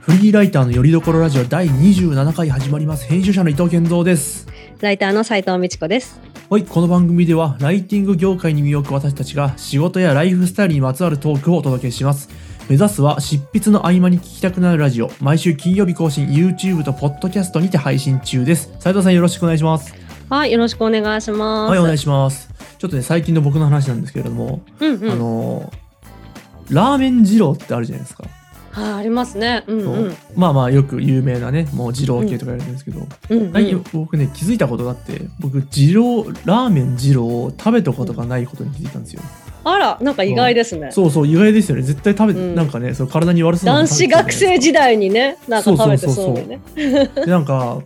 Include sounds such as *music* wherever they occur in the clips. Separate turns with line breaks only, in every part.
フリーライターのよりどころラジオ第27回始まります。編集者の伊藤健三です。
ライターの斉藤美智子です。
はい、この番組ではライティング業界に身を置く私たちが仕事やライフスタイルにまつわるトークをお届けします。目指すは執筆の合間に聞きたくなるラジオ。毎週金曜日更新、YouTube と Podcast にて配信中です。斉藤さんよろしくお願いします。
はい、よろしくお願いします。
はい、お願いします。ちょっとね、最近の僕の話なんですけれども、
うんうん。
あ
あ
のーラーメン二郎ってあるじゃないですか。
あ、ありますね。うんうん。
まあまあよく有名なね、もう二郎系とか言われてるんですけど、
うんうん。
最近僕ね気づいたことがあって僕二郎ラーメン二郎を食べたことがないことに気づいたんですよ、
あら、なんか意外ですね。
そうそう意外ですよね絶対食べ、
うん
なんかねその体に悪そうな
男子学生時
代
代にね、なんか食べてそうなね。
なんか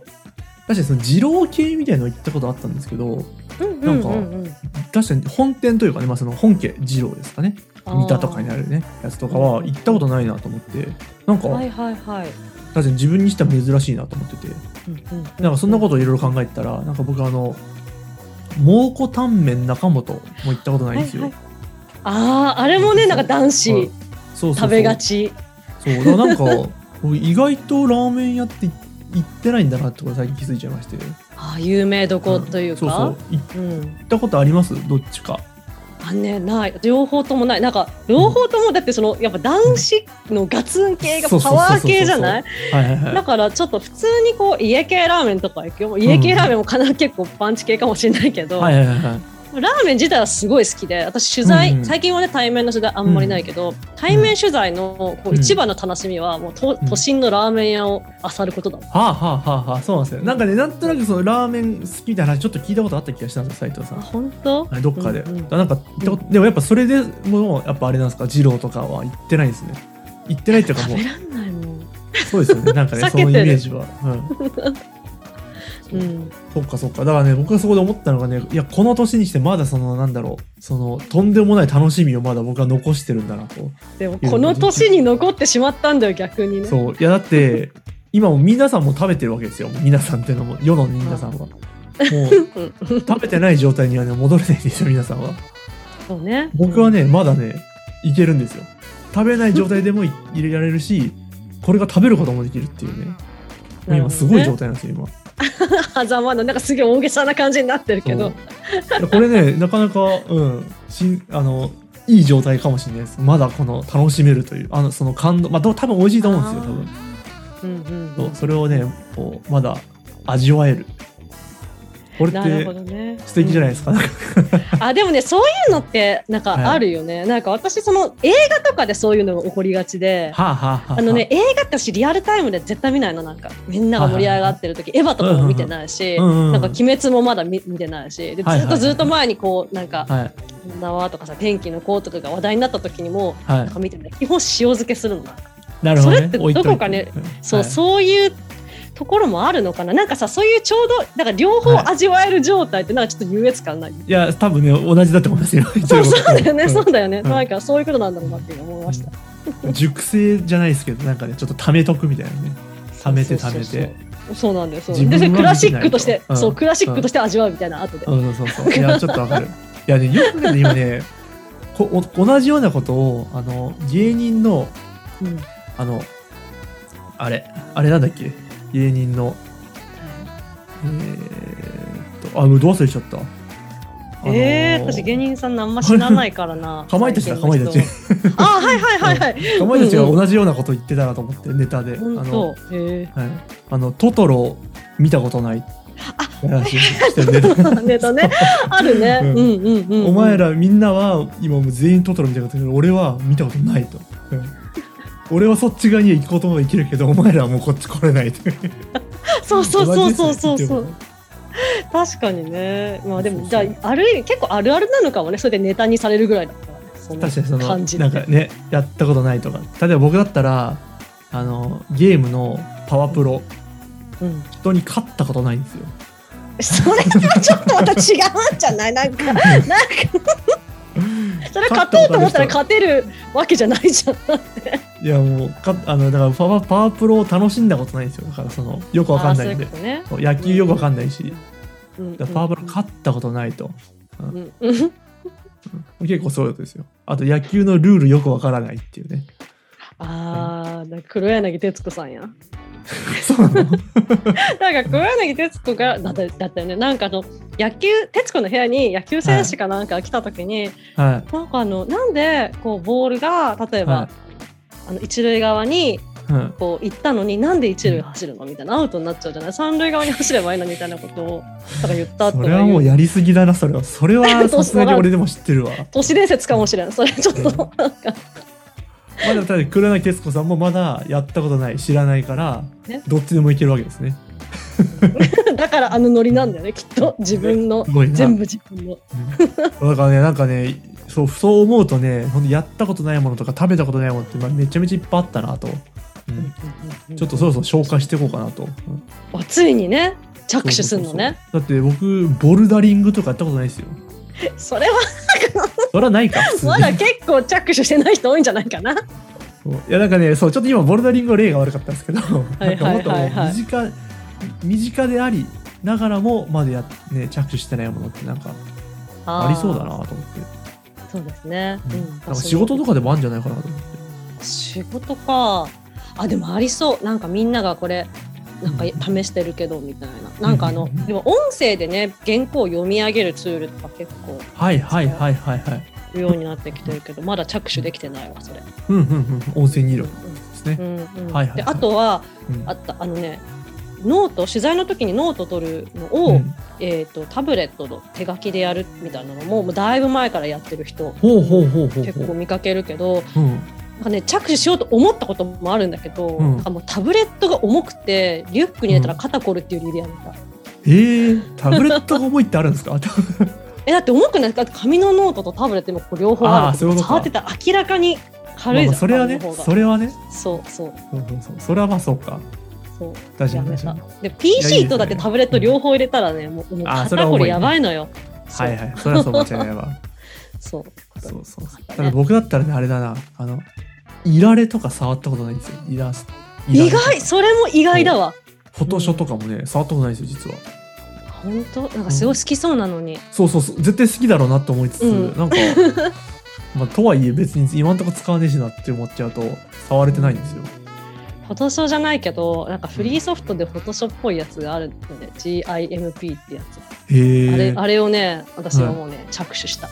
確かにその二郎系みたいなの行ったことあったんですけど
うん
そうそうそう
うんうんうん
確かに本店というかね、まあ、その本家二郎ですかね
あー
三田とかにあるねやつとかは行ったことないなと思ってなんか、
はいはいはい。
確かに自分にしては珍しいなと思っててなんかそんなことをいろいろ考えてたらなんか僕あの蒙古タンメン中本も行ったことないんですよ、
はいああ、あれもね、なんか男
はい
子
そうそうそう
食べがち。
そうだからなん *laughs* か僕意外とラーメン屋って行ってないんだなってこと最近気づいちゃいまして
ああ、有名どこという
そうそ
か
う。行
うん。
ったことありますどっちか
あねない両方ともないなんか両方ともだってそのやっぱ男子のガツン系が
そう
パ
そうそう
ワ
そう
ー系じゃない
はいはい *laughs* はい
だからちょっと普通にこう家系ラーメンとか行くよ家系ラーメンもかな、結構パンチ系かもしれないけど、
はいはいはいはい
ラーメン自体はすごい好きで私取材、
うんうん
最近はね対面の取材あんまりないけど、対面取材のこ
うん
う一番の楽しみはもう都
うん
都心のラーメン屋を漁ることだ、
はあはあはあはあそうなんですよなんかねなんとなくそのラーメン好きな話ちょっと聞いたことあった気がしたんですよ斉藤さ
あ
ん
本当
あれどっかで、
うんうん
だからなんか行ったことでもやっぱそれでもうやっぱあれなんですか二郎とかは行ってないですね行ってないっていうか
食
もう
べらんないもん、
そうですよねなんかね
避け
そ
て
の
る
イメージは、うん、
うん、
そっかそっかだからね僕がそこで思ったのがねいやこの年にしてまだそのなんだろうそのとんでもない楽しみをまだ僕は残してるんだなと、
でもこの年に残ってしまったんだよ逆にね
そういやだって今も皆さんも食べてるわけですよ皆さんっていうのも世の皆さんはもう
うん
食べてない状態にはね戻れないんですよ皆さんは
そうね
僕はねまだねいけるんですよ食べない状態でもい入れられるしこれが食べることもできるっていうね今
なるほどね
すごい状態なんですよ今
狭間のなんかすげえ大げさな感じになってるけど
そういやこれねなかなかうんしんあのいい状態かもしれないですまだこの楽しめるというあのその感動まあどう多分美味しいと思うんですよ多分
うんうん
そうそれをねこうまだ味わえるこれっ
なる
て
ほどね
素敵じゃないですか、なんか
あでもねそういうのってなん
はい
かあるよね、なんか私その映画とかでそういうのが起こりがちで。
はあはあはあ
あのね、映画って私リアルタイムで絶対見ないのなんかみんなが盛り上がってる時、エヴァとかも見てないし、
うんうんうん
なんか鬼滅もまだ見見てないしでず
はいはい
っ
はい
とずっと前にこうなんか
はい
「縄」とかさ「天気の子」とかが話題になった時にも
は
なんか見てない基本塩漬けするのなんか
いなるほど、ね、
それって
置いといて
どこかね
うん
そう、
はい
そういうところもあるのかななんかさそういうちょうどだから両方味わえる状態ってなんかちょっと優越感ない、
いや多分ね同じだと思い
*laughs*
ますよ
そうそうだよね、
ん
そうだよね、
うん
なんかそういうことなんだろうなって思いました、
熟成じゃないですけどなんかねちょっと貯めとくみたいなね貯めて
そ
貯
うそ
め
うそう
て
そうなんだよそう
自分は
でそれ
見てな
ク
い
ラ
と
シックとして、
うん
そうクラシックとして味わうみたいな後で、
うんそうそうそう。いや、ちょっとわかる。いやね、よくね、今ね、こお同じようなことを、あの、芸人の、
うん
あの、あれ、あれなんだっけ芸人の、えーっと、あ、もうどう忘れしちゃった。あのー
えー、私芸人さんのあんま知らないからな
*laughs* かまいたちだ
最近の人
かまい
あはいはいはい *laughs* はい
かまいたちが同じようなこと言ってたなと思って、ネタで。あ
本
の、
当え
はい、あのトトロ見たことない。あ
*laughs*
話してるネタ
ー、ネタねあるね、
う
うんん、うんうんうん
お前らみんなは今もう全員トトロみたいなことだけど俺は見たことないと、うん俺はそっち側には行こうとも行けるけどお前らはもうこっち来れないと
そうそうそうそうそ
同
うそう
じですよ
確かにねまあで
そ
も
う
じ
そ
ゃ
う
あある意味結構あるあるなのかもねそれでネタにされるぐらいだからねその
確かにその
感じって
なんかねやったことないとか例えば僕だったらあのゲームのパワプロ
うん、
人に勝ったことないんですよ
それはちょっとまた違うんじゃないなんかなんかそれ勝とうと思ったら勝てるわけじゃないじゃん
いやもうかあのだからパワパワプロを楽しんだことないんですよだからそのよくわかんないんで
あーそういうこ
そ
とね
う野球よくわかんないし
うん
だからパワプロ勝ったことないと
うんうん *laughs*
結構そういうことですよあと野球のルールよくわからないっていうね
あーだ黒柳徹子さんやん。
そうなの
なんか黒柳徹子がだっただったよね。なんかあの野球徹子の部屋に野球選手かなんか来た時に、
はい
なんかあのなんでこうボールが例えば、
は
あの一塁側に
い、うん
こう行ったのになんで一塁走るのみたいなアウトになっちゃうじゃない三塁側に走ればいいのにみたいなことをなんか言ったと
そ
か
れはもう
いう
やりすぎだなそれはそれはさすがに俺でも知ってるわ
都市伝説かもしれんそれちょっとなんか
まだただ黒柳徹子さんもまだやったことない知らないから
ね
どっちでもいけるわけです
*laughs*
ね、
だからあのノリなんだよねきっと自分の
すごいな
全部自分の
うんだからねなんかねそうそう思うとねほんとやったことないものとか食べたことないものってまあめちゃめちゃいっぱいあったなと、うんちょっとそろそろ紹介していこうかなと、うん
あついにね着手するのね
そうそうそうだって僕ボルダリングとかやったことないですよ
それは
それはないか普
*laughs*
通に
まだ結構着手してない人多いんじゃないかな
そういやなんかねそうちょっと今ボルダリングの例が悪かったんですけどなんかもっとも
は
う
いはい
身近身近でありながらもまだや、ね、着手してないものってなんか *laughs* ありそうだな
あ
と思って、
ーそうですね、
う
うんん、
なんか仕事とかでもあるんじゃないかなと思って
仕事かあでもありそうなんかみんながこれなんか試してるけどみたいななんかあの
うん
でも音声でね原稿を読み上げるツールとか結構
はいはいはいはいはい
いるようになってきてるけどまだ着手できてないわそれ、
うんうんうん音声入力ですね、
うんうん
はいはいはい
であとは
うん
あったあのねノート取材の時にノート取るの
う
を、
ん
えー、とタブレットの手書きでやるみたいなのももうだいぶ前からやってる人
ほうほうほうほう
結
ほ
構
う
見かけるけど
うん
なんか、ね、着手しようと思ったこともあるんだけど、
うん
なんかもうタブレットが重くてリュックに入れたら肩こるっていう理由でやめた、
えー、タブレットが重いってあるんですか
えだって重くないだって紙のノートとタブレット今こう両方
あ
あ
ー
る
そういうことか
触ってたら明らかに軽いじ
まあまあ
ゃん、
それはね
紙の方が
それはね
そうそ
そ
う
うそうそうそれはまあそうか
そう
確か
や
に
め
確か
た
に
で
いいです
PC
ね
とだってタブレット両方入れたらねもうもう
あーそれは
肩
重
こ
いね
りやばいのよそう
はいはいそれはそう間違いないわ
*laughs* そう
そうそうそう。だ
だね
から僕だったらね、あれだな、あの、いられとか触ったことないんですよ。いらす。いられ
意
とか
外それも意外だわ
フォトショーとかもね、触ったことないんですよ、実は。
本当なんかすごい好きそうなのに、
そうそうそう、絶対好きだろうなと思いつつ、
うん
なんか、 *laughs* まあ、とはいえ別に今んとこ使わねえしなって思っちゃうと、触れてないんですよ。
フォトショーじゃないけどなんかフリーソフトでフォトショーっぽいやつがあるんだよね GIMP ってやつ、あ
へ
れ
え。
あれをね私はもうね、着手した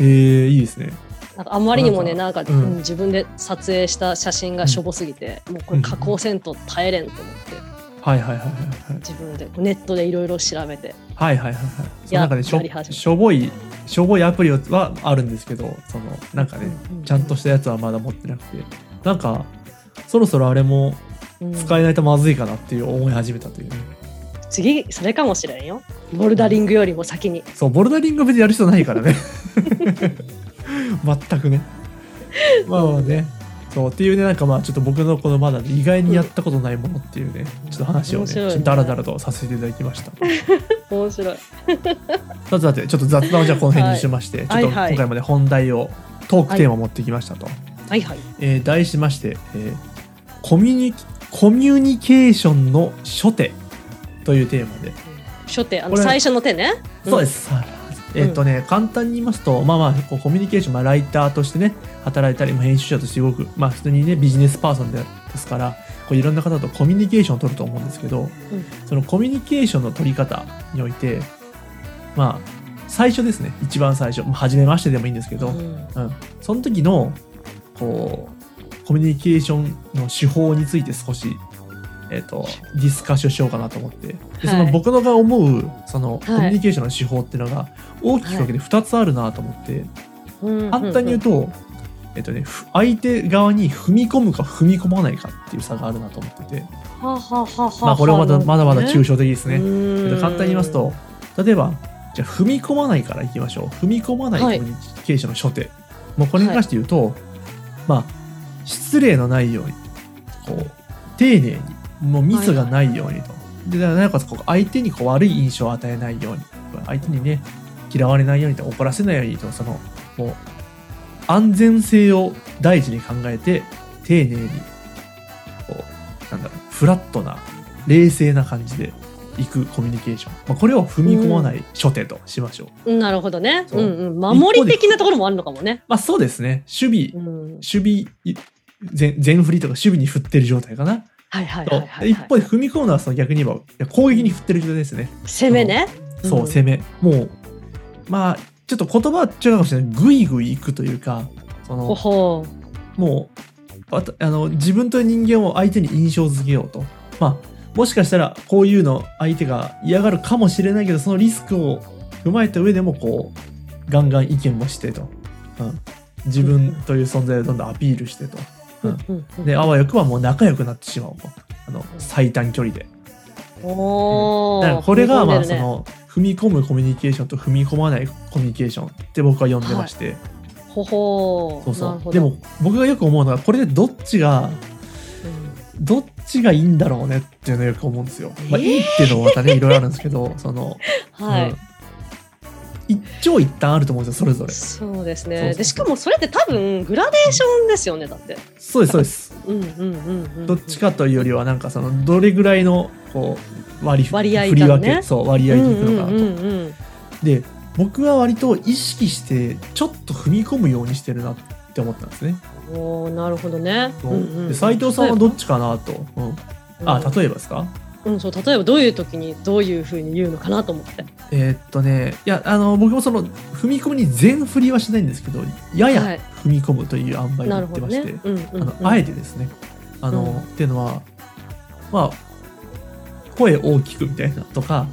えー、いいですね。
なんかあまりにもねなんか、
うん
うん自分で撮影した写真がしょぼすぎて、もうこれ加工せんと耐えれんと思って、
はいはいはい
自分でネットでいろいろ調べて
はいはい。はいはいはいはい。そう
や
なんかねし
やり
ょ、
始め
しょぼい、しょぼいアプリはあるんですけど、その、なんかね、ちゃんとしたやつはまだ持ってなくて、なんか、そろそろあれも使
い、
えないとまずいかなっていう思い始めたというね、
うん次それかもしれんよボルダリングよりも先に
そうボルダリングは別にやる人ないからね *laughs* 全くねまあまあねそうっていうねなんかまあちょっと僕のこのまだ意外にやったことないものっていうね、ちょっと話をね
面白いね
ちょっとダラダラとさせていただきました
面白い
さてさてちょっと雑談をじゃあこの辺にしまして、
はい
ちょっと
はいはい
今回まで本題をトークテーマを持ってきましたと、
はいはい
えー題しまして、えーコミュニコミュニケーションの初手というテーマで
初手あの
これ
最初の手ね
そうです。えっとね、簡単に言いますと、まあまあ、こうコミュニケーション、まあ、ライターとしてね、働いたり、まあ編集者として動く、まあ、普通にね、ビジネスパーソンでですから、こういろんな方とコミュニケーションを取ると思うんですけど、
うん
そのコミュニケーションの取り方において、まあ、最初ですね、一番最初、まあ、初めましてでもいいんですけど、
うん
うん、その時のこうコミュニケーションの手法について少し、えっとディスカッションしようかなと思ってでそ
は
の
い
僕のが思うそのコ
い
ミュニケーションの手法っていうのが大きく分けて2つあるなと思って、
うん
簡単に言うと、えっとね、ふ相手側に踏み込むか踏み込まないかっていう差があるなと思ってて、
はあはあはあはあ
まあ、これはまだまだまだ抽象的です
ね。
ね。えっと
ね
簡単に言いますと例えばじゃあ踏み込まないからいきましょう踏み込まないコ
はい
ミュニケーションの初手、もうこれに関して言うと、まあ失礼のないようにこう丁寧にもうミスがないようにと、でなおかつこう相手にこう悪い印象を与えないように相手にね嫌われないようにと怒らせないようにとそのもう安全性を第一に考えて丁寧にこうなんだろうフラットな冷静な感じでいくコミュニケーション、まあ、これを踏み込まない初手としましょう、
なるほどね。
そう
うんうん。守り的なところもあるのかもね。
まあそうですね守備
うん。
守備全全振りとか守備に振ってる状態かな。
はいはい
そ
は
う
い、はい。
一方で踏み込むのはその逆に言えばいや攻撃に振ってる状態ですね。
攻めね。
そう、
ん
攻め。もう、まあ、ちょっと言葉は違うかもしれない。ぐいぐい行くというか、そ
ほ
の、
ほ
もう、わたあの、自分という人間を相手に印象付けようと。まあ、もしかしたら、こういうの相手が嫌がるかもしれないけど、そのリスクを踏まえた上でも、こう、ガンガン意見もしてと。うん。自分という存在をどんどんアピールしてと。う
う。
ん
うんうん
で、あわよくはもう仲良くなってしまおうと。あの、最短距離で。
お
だか
ー
らこれがまあ
踏
そ
み込んでるね
の踏み込むコミュニケーションと踏み込まないコミュニケーションって僕は呼んでまして、
ほほ
そう
な
そ
るほ
う
ど
でも僕がよく思うのはこれでどっちがどっちがいいんだろうねっていうのをよく思うんですよ。まあ、
えー
いいっていうのはまたねいろいろあるんですけど *laughs* その、
うんは
うん
い。
一長一短あると思うんですよそれぞれ。
そうです
そうそう
ね。
そう
でしかもそれって多分グラデーションですよねだって。
そうですそうです。
うんうんうんうん。
どっちかというよりはなんかそのどれぐらいのこう割り
割合
振り
だ
分
ね
けそう割
う
合
ん
で
う
いくの
ん
かなと。
うんうん。
で僕は割と意識してちょっと踏み込むようにしてるなって思ったんですね。
おーなるほどね。
そううん
うん
で斉藤さんはどっちかなと、うんあ
うん
例えばですか
うん、そう例えばどういう時にどういうふうに言うのかなと思って。
えーっとねいやあの僕もその踏み込みに全振りはしないんですけどや
は
や
い
踏み込むという塩梅にな
なる
っ
ほ
て
ど
ま
ね。
して、
うんうんうん
あのあえてですねあの、
うん
っていうのはまあ声大きくみたいなと
*laughs*
か、うん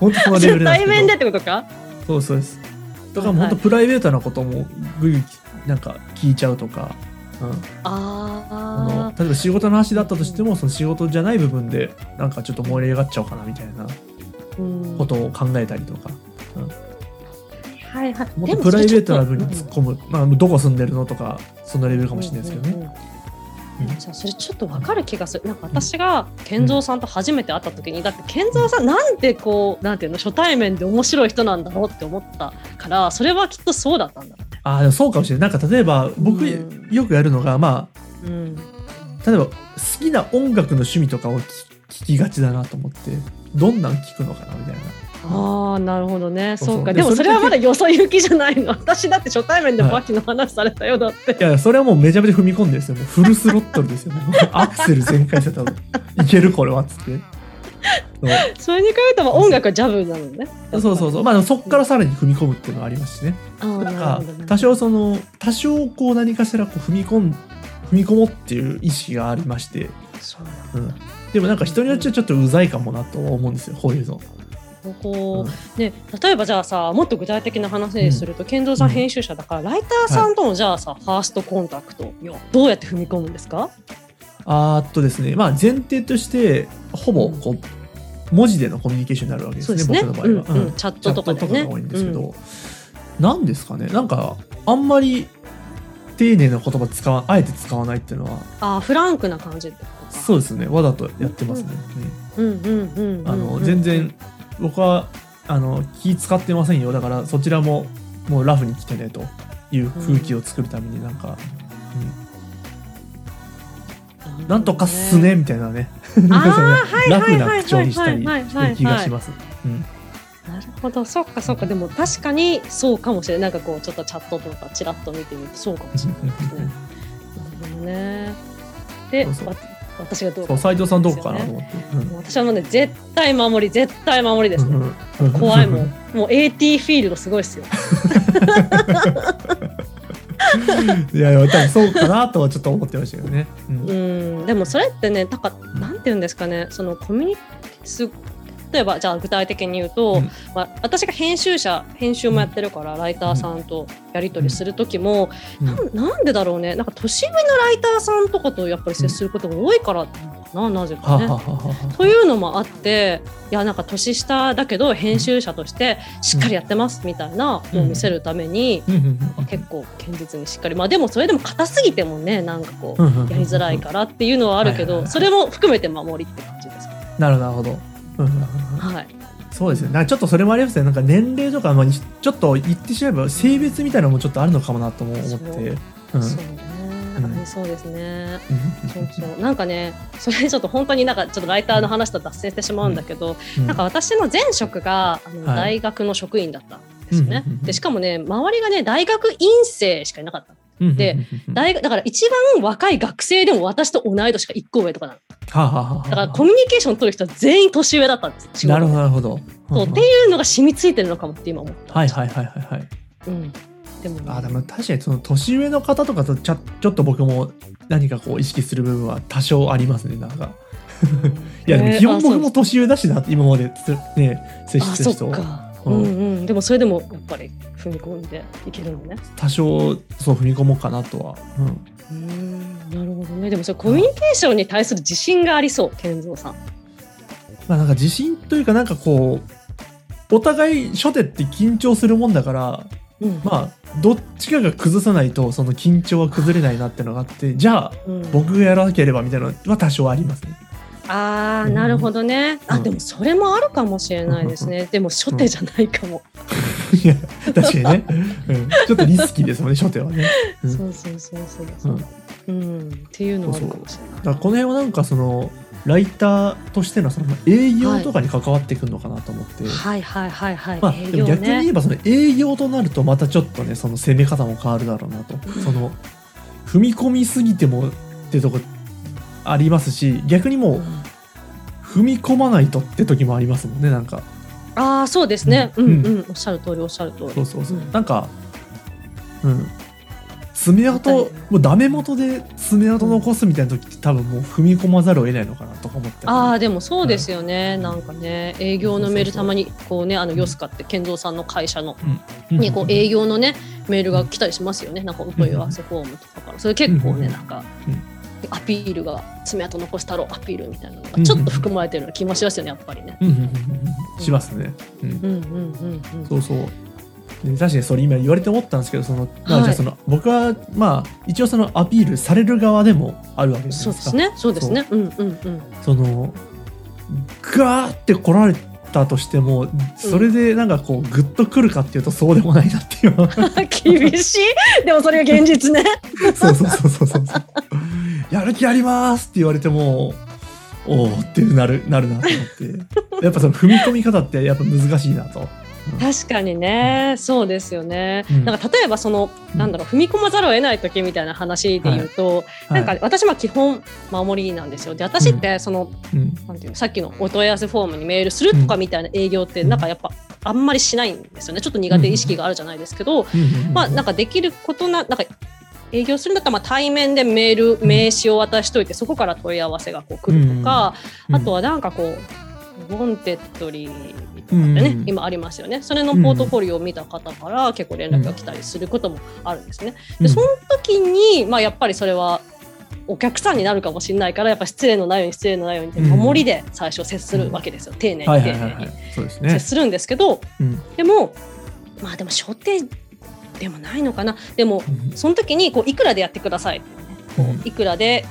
本当そのレベルなんですけ
対
ど
面でってことか。
そうですそうです。とか、
はいはい
本当プライベートなこともぐいぐいなんか聞いちゃうとか、うん、あ
あ
の例えば仕事の話だったとしてもその仕事じゃない部分でなんかちょっと燃え上がっちゃおうかなみたいな
あ、うん
ことを考えたりとか、
はいはい。
もっとプライベートな分に
でもそ
突っ込
れ
む、まあ、どこ住んでるのとかそのレベルかもしれないですけどね。
うんうんうん
うん
じゃあそれちょっとわかる気がする。なんか私が健三さんと初めて会った時に、だって健三さんなんてこうなんていうの初対面で面白い人なんだろうって思ったから、それはきっとそうだったんだ。
ああでもそうかもしれないなんか例えば僕
うん
よくやるのが、ま
うん。
あ例えば好きな音楽の趣味とかを聞聞きがちだなと思ってどんなん聞くのかなみたいな。
ああなるほどね。
そうそう
そうか。
で
でも
そ
そ
れ
れはまだよそ行きじゃないの。 *laughs* 私だって初対面でバキの話されたよだって。
いや、それはもうめちゃめちゃ踏み込んでるんですよ。もうフルスロットルですよ。もうアクセル全開してたの。いけるこれはっつって。
それに比べたら音楽はジャブなのね。
そうそうそうそう。まあ、でもそこからさらに踏み込むっていうのはありますしね。
あー
なん
な
か
るほどね、
多少その、多少こう何かしらこう踏み込ん、踏み込もうっていう意識がありまして。
そうなんだ
うん。でもなんか人によっちゃちょっとうざいかもなとは思うんですよ。こういうの。
こ
うん
うね、例えばじゃあさもっと具体的な話にすると、健三さん編集者だから、ライターさんとのじゃあさ、ファーストコンタクトよどうやって踏み込むんですか
あーっとですね、まあ前提として、ほぼこう、文字でのコミュニケーションになるわけです
そう
ね、
ですね
僕の場合は。
うん
う
うんん、チャッ
チャ
ト
ット
とか
と
で
か
ね
が多いんですけど、なんですかねなんかあんまり丁寧な言葉使わあえて使わないっていうのは
あーフランクな感じってことか
そうですねわざとやってますね、
うんうんうんう
う
ん
んあの全然僕はあの気使ってませんよだからそちらももうラフに来てねという空気を作るためになんか、うんなんとかっすねみたいなねなんかそのラフな口調にしたりしてる気がします、うん、
なるほどそっかそっかでも確かにそうかもしれないなんかこうちょっとチャットとかちらっと見てみるとそうかもしれないですねなるほどねで
そうそう
わ私がどう
そう
か
斉藤さんどうかなと思って、うん
もう私はもうね絶対守り絶対守りですね、
うん
怖いもんもう AT フィールドすごいですよ
いやいや多分そうかなとはちょっと思ってましたけどね。うん
うんでもそれってねなんかなんて言うんですかねそのコミュニす例えばじゃあ具体的に言うと、
うん
まあ、私が編集者編集もやってるから、ライターさんとやり取りする時も、
うん
なんなんでだろうねなんか年上のライターさんとかとやっぱり接することが多いからなのかななぜ
は
か
あ
ね。
はあはあはあ
というのもあっていやなんか年下だけど編集者としてしっかりやってますみたいなのを見せるために、
うんうんうん
結構堅実にしっかりまあでもそれでも硬すぎてもねなんかこ
うんうん
うやりづらいからっていうのはある
はい
け
はい
ど
はい
それも含めて守りって感じですか
なるほどなるほど。うんうんうん
はい
そうですね。なんかちょっとそれもありますね。なんか年齢とか、まあ、ちょっと言ってしまえば性別みたいなのもちょっとあるのかもなとも思って。
そううん
うん
そうねありそうですねそう
う
そ
ん
うなんかねそれちょっと本当になんかちょっとライターの話と脱線してしまうんだけど
うん
なんか私の前職があの
はい
大学の職員だったんですよね
うんうんうん
でしかもね周りがね大学院生しかいなかったんで
うん
で、
は
大学だから一番若い学生でも私と同い年か1個上とかなの
あはあはあはあ
だからコミュニケーション取る人は全員年上だったんです仕事
なるほどなるほど。
そうっていうのが染みついてるのかもって今思った
はいはいはいはいはい。
うんでもね、
あでも確かにその年上の方とかとちゃちょっと僕も何かこう意識する部分は多少ありますねなんか。いやでも基本僕も年上だしなって今までつね接
あ
して
そ
る
っ
人
か、
う
うんんうん、でもそれでもやっぱり踏み込んでいけるのね。
多少そう踏み込もうかなとは。うん
うんなるほどねでもそれコミュニケーションに対する自信がありそう健三さん。
まあなんか自信というかなんかこうお互い初手って緊張するもんだから
うん
まあどっちかが崩さないとその緊張は崩れないなってのがあってじゃあ
うん
僕がやらなければみたいなのは多少ありますね。 *laughs*
あーなるほどね、
う
あ
ん
でもそれもあるかもしれないですねでも初手じゃないかも、
いや確かにね、うん、ちょっとリスキーですもんね初手はね。うん
そうそうそうそうそう、うんっていうのはあるかもしれない
だからこの辺はなんかそのライターとしてのその営業とかに関わってくるのかなと思って、
はいはいはいはい、
まあ、
営
で
業
も逆に言
ね
えばその営業となるとまたちょっとねその攻め方も変わるだろうなと、その踏み込みすぎてもってとこありますし逆にも
う
うん踏み込まないとって時もありますもんねなんか
ああそうですね、
う
うんん、うんおっしゃる通りおっしゃる通り
そうそうそう
うん
なんかうん爪痕もうダメ元で爪痕残すみたいな時って多分もう踏み込まざるを得ないのかなとか思って
ああでもそうですよね、なんかね営業のメールたまにこうねあのヨスカって健三さんの会社の
うん
にこう営業のねメールが来たりしますよねなんかお問い合わせフォームとかからそれ結構
う
ね
ん
なんか
うん
アピールが爪痕残したろアピールみたいなの
う
が
ん
ちょっと含まれてるような気もしますよねやっぱりね。
うんうんうんうんしますね、うん、
うんうんうんうん
そうそう。で確かにそれ今言われて思ったんですけどその、まあ、じゃあその僕はまあ一応そのアピールされる側でもあるわけじゃ
そ
な
う
い
で
ですか
すねそうですねうんうんうん
そのガーって来られたとしてもそれでなんかこうグッとくるかっていうとそうでもないなっていう
*laughs* *laughs* 厳しいで *laughs* もそれが現実ね
そうそうそうそうそうそうやる気ありますって言われてもおおってなるなるなと思ってやっぱその踏み込み方ってやっぱ難しいなと。
確かにねそうですよね、
うん
なんか例えばそのなんだろう踏み込まざるを得ない時みたいな話で言うと、なん
は
か
い
私は基本守りなんですよ。で私ってその、
うん
なんていうのさっきのお問い合わせフォームにメールするとかみたいな営業って
うん
なんかやっぱあんまりしないんですよねちょっと苦手意識があるじゃないですけど、
うんうんうん
まあなんかできることななんか営業するんだったらまあ対面でメール名刺を渡しといてそこから問い合わせがこう来るとか、
うん
あとはなんかこう「ウォンテッドリー」
う
とかって
ん
ね、今ありますよねそれのポートフォリオを見た方から結構連絡が来たりすることもあるんですね。
うん
でその時に、まあ、やっぱりそれはお客さんになるかもしれないからやっぱ失礼のないように失礼のないようにって
うん
守りで最初接するわけですよ、丁寧
は
に
いは
丁
いはいは
寧
い
に
そうです
接
ね。
するんですけど、
うん
でもまあでも初手でもないのかなでもその時にこういくらでやってください
う
こ
ん
ういくらで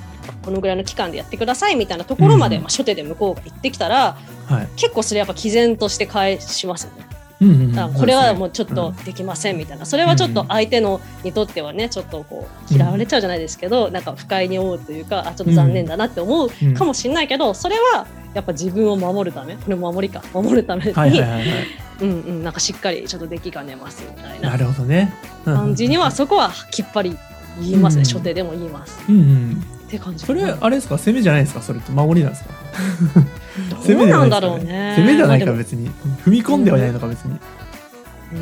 このぐらいの期間でやってくださいみたいなところまで、
うん
まあ、初手で向こうが言ってきたら
はい。
結構それやっぱ毅然として返しますよね。
うんうんうん
だからこれはも
う
うちょっとできませんみたいなそれはちょっと相手のにとってはねちょっとこう嫌われちゃうじゃないですけどなんか不快に思うというかあちょっと残念だなって思う
そうですね
かもしれないけどそれはやっぱ自分を守るためこれも守りか守るため
うんはいはい
に
はいはい。
うんうんなんかしっかりちょっと出来が出ますみたい
な
な
るほどね。うん
感じにはそこはきっぱり言います
うん
ね初手でも言います
うんうん。
って感じ
それあれですか攻めじゃないですかそれって守りなんですか。
どうなんだろうね
攻めじゃないか
まあでも
別に踏み込んではいないのか別に。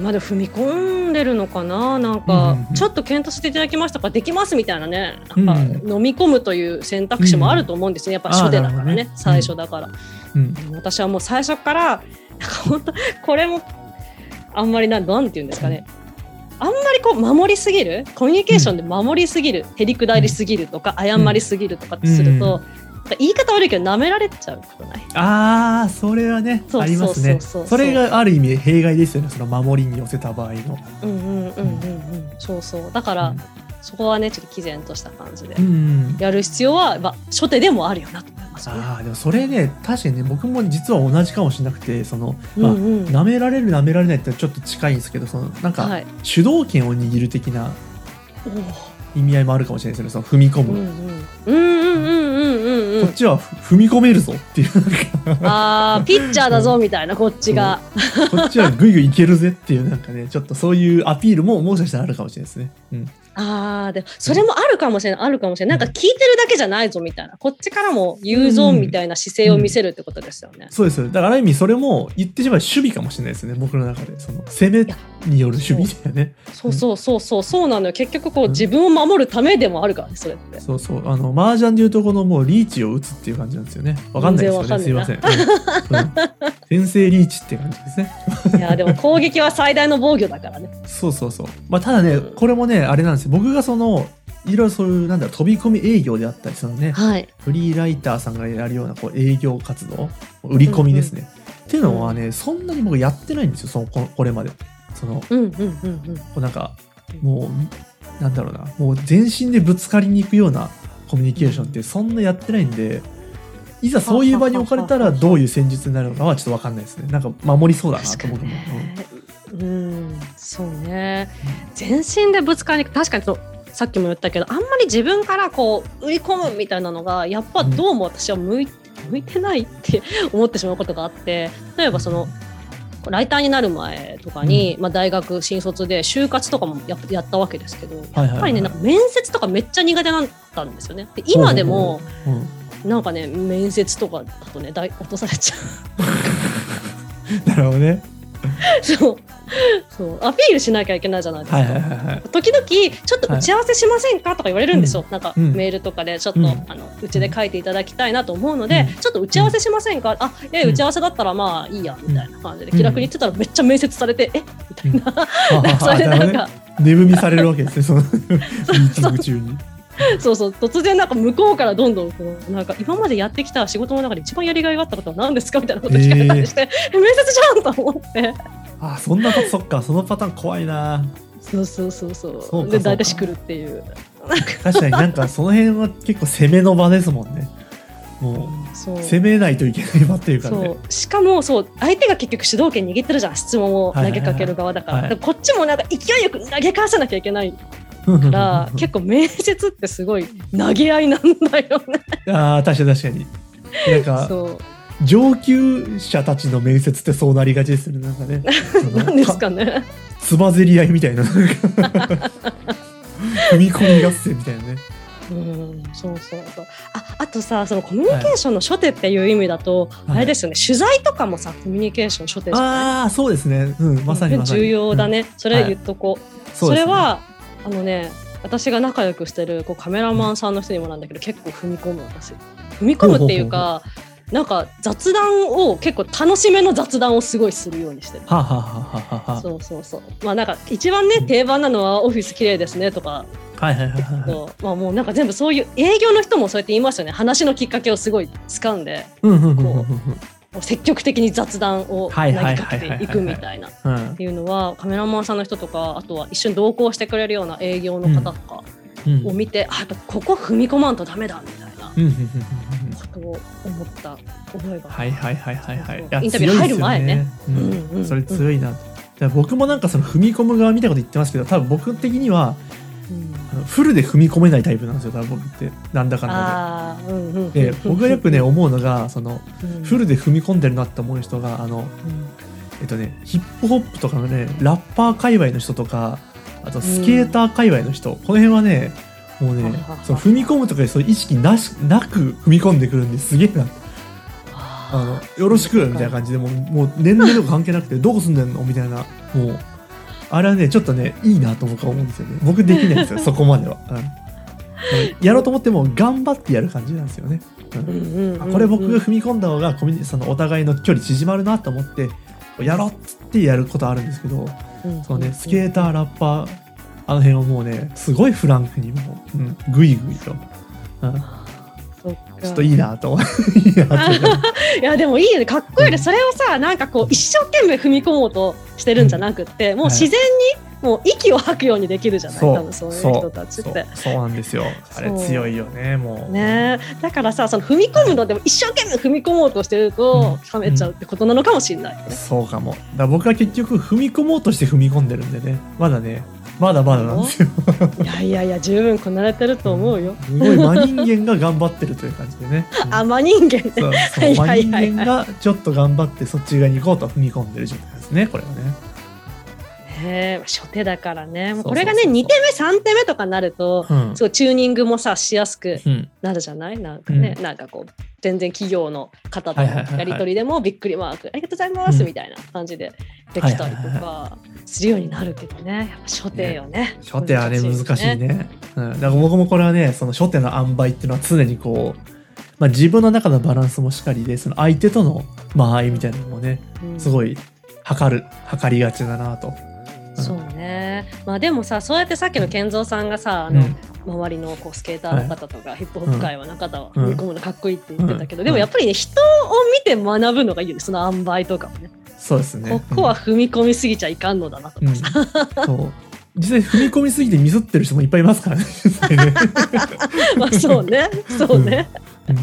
まあでも踏み込んでるのかななんか、
うんうんうん
ちょっと検討していただきましたかできますみたいなねな
うんん
か飲み込むという選択肢もあると思うんですねやっぱ初手だか
あー
ら
な
ね
るほどね
最初だから、
うん
私はもう最初からなんか本当これもあんまりなんなんて言うんですかねあんまりこう守りすぎるコミュニケーションで守りすぎる、へりくだりすぎるとか謝りすぎるとかってすると、なんか言い方悪いけど舐められちゃうことない
ああそれはね
そう
ありますね。
そうそうそう
それがある意味弊害ですよねその守りに寄せた場合の。
うんうんうんうんうんそうそうだから、そこはねちょっと毅然とした感じで
うんうん。
やる必要は、まあ、初手でもあるよなと思いますね。
ああでもそれね確かにね僕も実は同じかもしれなくてそのまあ
うんうん
舐められる舐められないってちょっと近いんですけどそのなん
は
か
い、
主導権を握る的な
おー
意味合いもあるかもしれないですよねその踏み込
う
む。
んうんうんうんうんうんう
こっ
ん
ちはふ踏み込めるぞっていうなんか
あーピッチャーだぞみたいなこっちが *laughs*
こっちはぐいぐいいけるぜっていうなんかねちょっとそういうアピールももしかしたらあるかもしれないですね。うん、
ああ、でも、それもあるかもしれない、あるかもしれない。なんか聞いてるだけじゃないぞみたいな。こっちからも言うぞ
うん
みたいな姿勢を見せるってことですよね。
そうですよねだからある意味それも言ってしまえば守備かもしれないですね僕の中でその攻めによる守備だよね
そうそうそうそう、そうなのよ。結局こう、
うん
自分を守るためでもあるからね、それって。
そうそうあの麻雀でいうとこのもうリーチを打つっていう感じなんですよねわかんないですよねすい
全然
ま
わ
せん、うんうん先制リーチって感じですね
いや、でも攻撃は最大の防御だからね。
そうそうそう。まあ、ただね、
うん
これもね、あれなんですよ。僕がその、いろいろそういう、なんだろう、飛び込み営業であったり、そのね、
はい。
フリーライターさんがやるような、こう、営業活動、売り込みですね。っていうのはね、そんなに僕やってないんですよ、その、ここれまで。その、こ
うんうんうんうん。
うなんか、もう、なんだろうな、もう全身でぶつかりに行くようなコミュニケーションって、そんなやってないんで、いざそういう場に置かれたら、どういう戦術になるのかはちょっとわかんないですね。なんか、守りそうだなと、僕も。うん
うん、そうね。全身でぶつかりに行く、確かにそう。さっきも言ったけど、あんまり自分からこう、売り込むみたいなのが、やっぱどうも私は向いて、向いてないって思ってしまうことがあって、例えばその、ライターになる前とかに、まあ、大学新卒で就活とかもややったわけですけど、
はいはいはい
やっぱりね、なんか面接とかめっちゃ苦手だったんですよね。で今でも、
うん
なんかね、面接とかだとね、だい落とされちゃう。
なるほどね。
そう。そう。アピールしなきゃいけないじゃないですか。
はいはいはいはい。
時々ちょっと打ち合わせしませんかとか言われるんですよ、なんか
うん
メールとかでちょっと、
うん
あのうちで書いていただきたいなと思うので、
うん
ちょっと打ち合わせしませんか、あいやいや打ち合わせだったらまあいいやみたいな感じで気楽に言ってたらめっちゃ面接されて、えみたいな、なんかそれでなんか、
寝踏みされるわけですね、そのミーティング中に。
そうそう突然なんか向こうからどんどんこうなんか今までやってきた仕事の中で一番やりがいがあったことは何ですかみたいなこと聞かれた
*laughs*
りして、え面接じゃんと思って
あそんなこと、そっか、そのパターン怖いな。
そうそうそうそう
そうか
で
そうか
大体しくるっていう
確かになんかその辺は結構攻めの場ですもんね。も
そう
う、攻めないといけない場っていうか
そ
ね。
うしかもそう相手が結局主導権握ってるじゃん質問を
はいはい
投
はい
げかける側だから,、
はい
こっちもなんか勢いよく投げ返さなきゃいけないか
だから *laughs*
結構面接ってすごい投げ合いなんだよね。
ああ、確かに確かに。なんか、
そう
上級者たちの面接ってそうなりがちですよね、なんかね。
*laughs* なんですかね。
つばぜり合いみたいな。なんか *laughs* 踏み込み合戦みたいなね。
うんそうそうそうああとさそのコミュニケーションの初手っていう意味だと、
はい
あれですよね取材とかもさコミュニケーション初手じゃない
ああ、そうですね。うん、まさにまさに。
重要だね、それ言っとこう。
うん。
そう
です
れ
ね
はあのね私が仲良くしてるこうカメラマンさんの人にもなんだけど結構踏み込む私踏み込むっていうかなんか雑談を結構楽しめの雑談をすごいするようにしてる
はあ、はあはあはあはあ、
そうそうそうまあなんか一番ね定番なのは「オフィス綺麗ですね」と *laughs* か
はいはいはいはいはい。
とまあもうなんか全部そういう営業の人もそうやって言いますよね話のきっかけをすごい掴んで
うんうんうんうんうん
もう積極的に雑談を投げかけていくみたいなっ
うんうん
ていうのはカメラマンさんの人とかあとは一緒に同行してくれるような営業の方とか、
うん
を見て、あやっぱここ踏み込まんとダメだみたいな
うんうんうんうん
ことを思った覚えが
はいはいはいはいはい
そうそ
い
う
や
インタビュー入る前ね
強いですよね
うんうん
う
うんん
それ強いなだから僕もなんかその踏み込む側みたいなこと言ってますけど多分僕的には
うん
あのフルで踏み込めないタイプなんですよ多分僕ってなんだかんだ
あーうんうん
でで僕がよくね思うのがその
うん
フルで踏み込んでるなって思う人があのえっとねヒップホップとかのねラッパー界隈の人とかあとスケーター界隈の人、この辺はねもうね
ははは
その踏み込むとかそういう意識なしなく踏み込んでくるんですげえなあのよろしくみたいな感じでもうもう年齢とか関係なくてどこ住んでんのみたいなもうあれはねちょっとねいいなと僕は思うんですよね僕できないんで
*laughs*
すよそこまでは、うんやろうと思っても頑張ってやる感じなんですよね、うん
うんうんうん
あこれ僕が踏み込んだ方がコミュニそのお互いの距離縮まるなと思ってやろうっつってやることあるんですけどそうねスケーターラッパーあの辺はもうねすごいフランクにもう、うん、グイグイと、うん、ち
そっか
ょっといいなと思
*laughs*
ういいなと思う
いやでもいいよねかっこいいねそれをさなんかこう一生懸命踏み込もうとしてるんじゃなくってもう自然にもう息を吐くようにできるじゃない
そう
多分そういう人たちっ
そう
て。
そうなんですよあれ
そう
強いよねもう
ねえ、だからさその踏み込むのでも一生懸命踏み込もうとしてると
うん
冷めちゃうってことなのかもしれないね。
そうかもだから僕は結局踏み込もうとして踏み込んでるんでねまだねまだまだなんですよ
いやいやいや十分こなれてると思うよ。
*laughs* すごい真人間が頑張ってるという感じでね、うん
あ、ま人間ね。
そ
*laughs*
うそう
はいはいはいはい
真人間がちょっと頑張ってそっち側に行こうと踏み込んでる状態ですねこれはね
ね、初手だからね、もうこれが
そうそ
ね、
うそう
2手目、3手目とかになると、
うん
そうチューニングもさ、しやすく
うん
なるじゃないなんかね、なんかこう、全然企業の方との
はいはいはいはい
やり取りでもびっくりマーク、ありがとうございます
うん
みたいな感じでできたりと
はいはい
かするようになるけどね、やっぱ初手よね。
初手はね難しい
よ
ね。うん、だから僕もこれはねその初手の塩梅っていうのは常にこう、まあ、自分の中のバランスもしっかりでその相手との間合いみたいなのもね
うん
すごい測る測りがちだなと。
そうね、まあ、でもさそうやってさっきの健三さんがさあ
うん
の、周りのこうスケーターの方とか、ヒップホップ界は中田は
うん
追い込むのかっこいいって言ってたけど、
うん
でもやっぱりね人を見て学ぶのがいいよねその塩梅とかもね
そうですね。
ここは踏み込みすぎちゃいかんのだなと
うん、う
か
ん
さ、
そう実際踏み込みすぎてミスってる人もいっぱいいますからね。実際ね
まあそうねそうね、
うん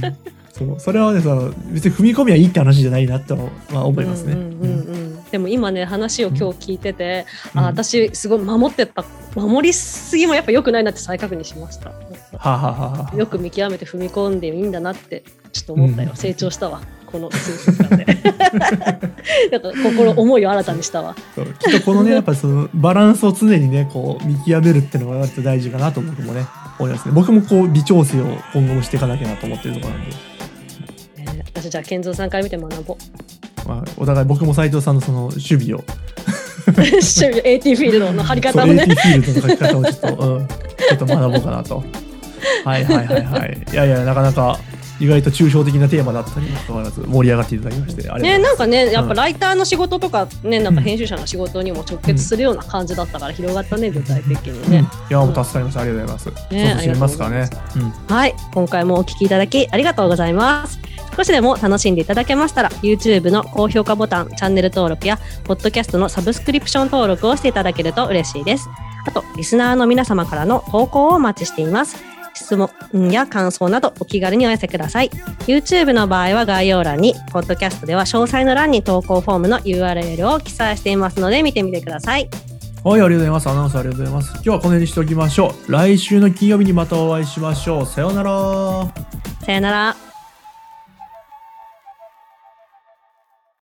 そうそれはねその別に踏み込みはいいって話じゃないなとは思いますね。
うんうんうんうんでも今ね話を今日聞いてて、
うん
あ私すごい守ってた守りすぎもやっぱ良くないなって再確認しました
はあはあはあはあ
よく見極めて踏み込んでいいんだなってちょっと思ったよ、
うん
成長したわこの数日間で *laughs* なんか心思いを新たにしたわ
そうきっとこのねやっぱそのバランスを常にねこう見極めるってのが割と大事かなと僕もね思いますね僕もこう微調整を今後もしていかなきゃなと思ってるところなんで、
ね私じゃあ健三さんから見て学ぼう *laughs*
まあ、お互い僕も斉藤さんのその守備を
守備 AT フィールドの張り方を
そ
ね
う AT フィールドの書き方をちょっと、うん、ちょっと学ぼうかなとはいはいはいはいいやいやなかなか意外と抽象的なテーマだったにもかかわらず盛り上がっていただきましてありが
ね、
とう
なんかね、やっ
う
ぱ
ん
ライターの仕事とか、ね、なんか編集者の仕事にも直結するような感じだったから、広がったね、具体的に
ござい
ね
ま。す、うん、いやもう助かりましたありがとうございます、
ね
ちょっと締めますか
あ
ね
りがとう
うん
はい、今回もお聞きいただきありがとうございます。少しでも楽しんでいただけましたら、YouTube の高評価ボタン、チャンネル登録や、ポッドキャストのサブスクリプション登録をしていただけると嬉しいです。あと、リスナーの皆様からの投稿をお待ちしています。質問や感想などお気軽にお寄せください。YouTube の場合は概要欄に、ポッドキャストでは詳細の欄に投稿フォームの URL を記載していますので見てみてください。
はい、ありがとうございます。アナウンサーありがとうございます。今日はこの辺にしておきましょう。来週の金曜日にまたお会いしましょう。さようなら。
さよなら。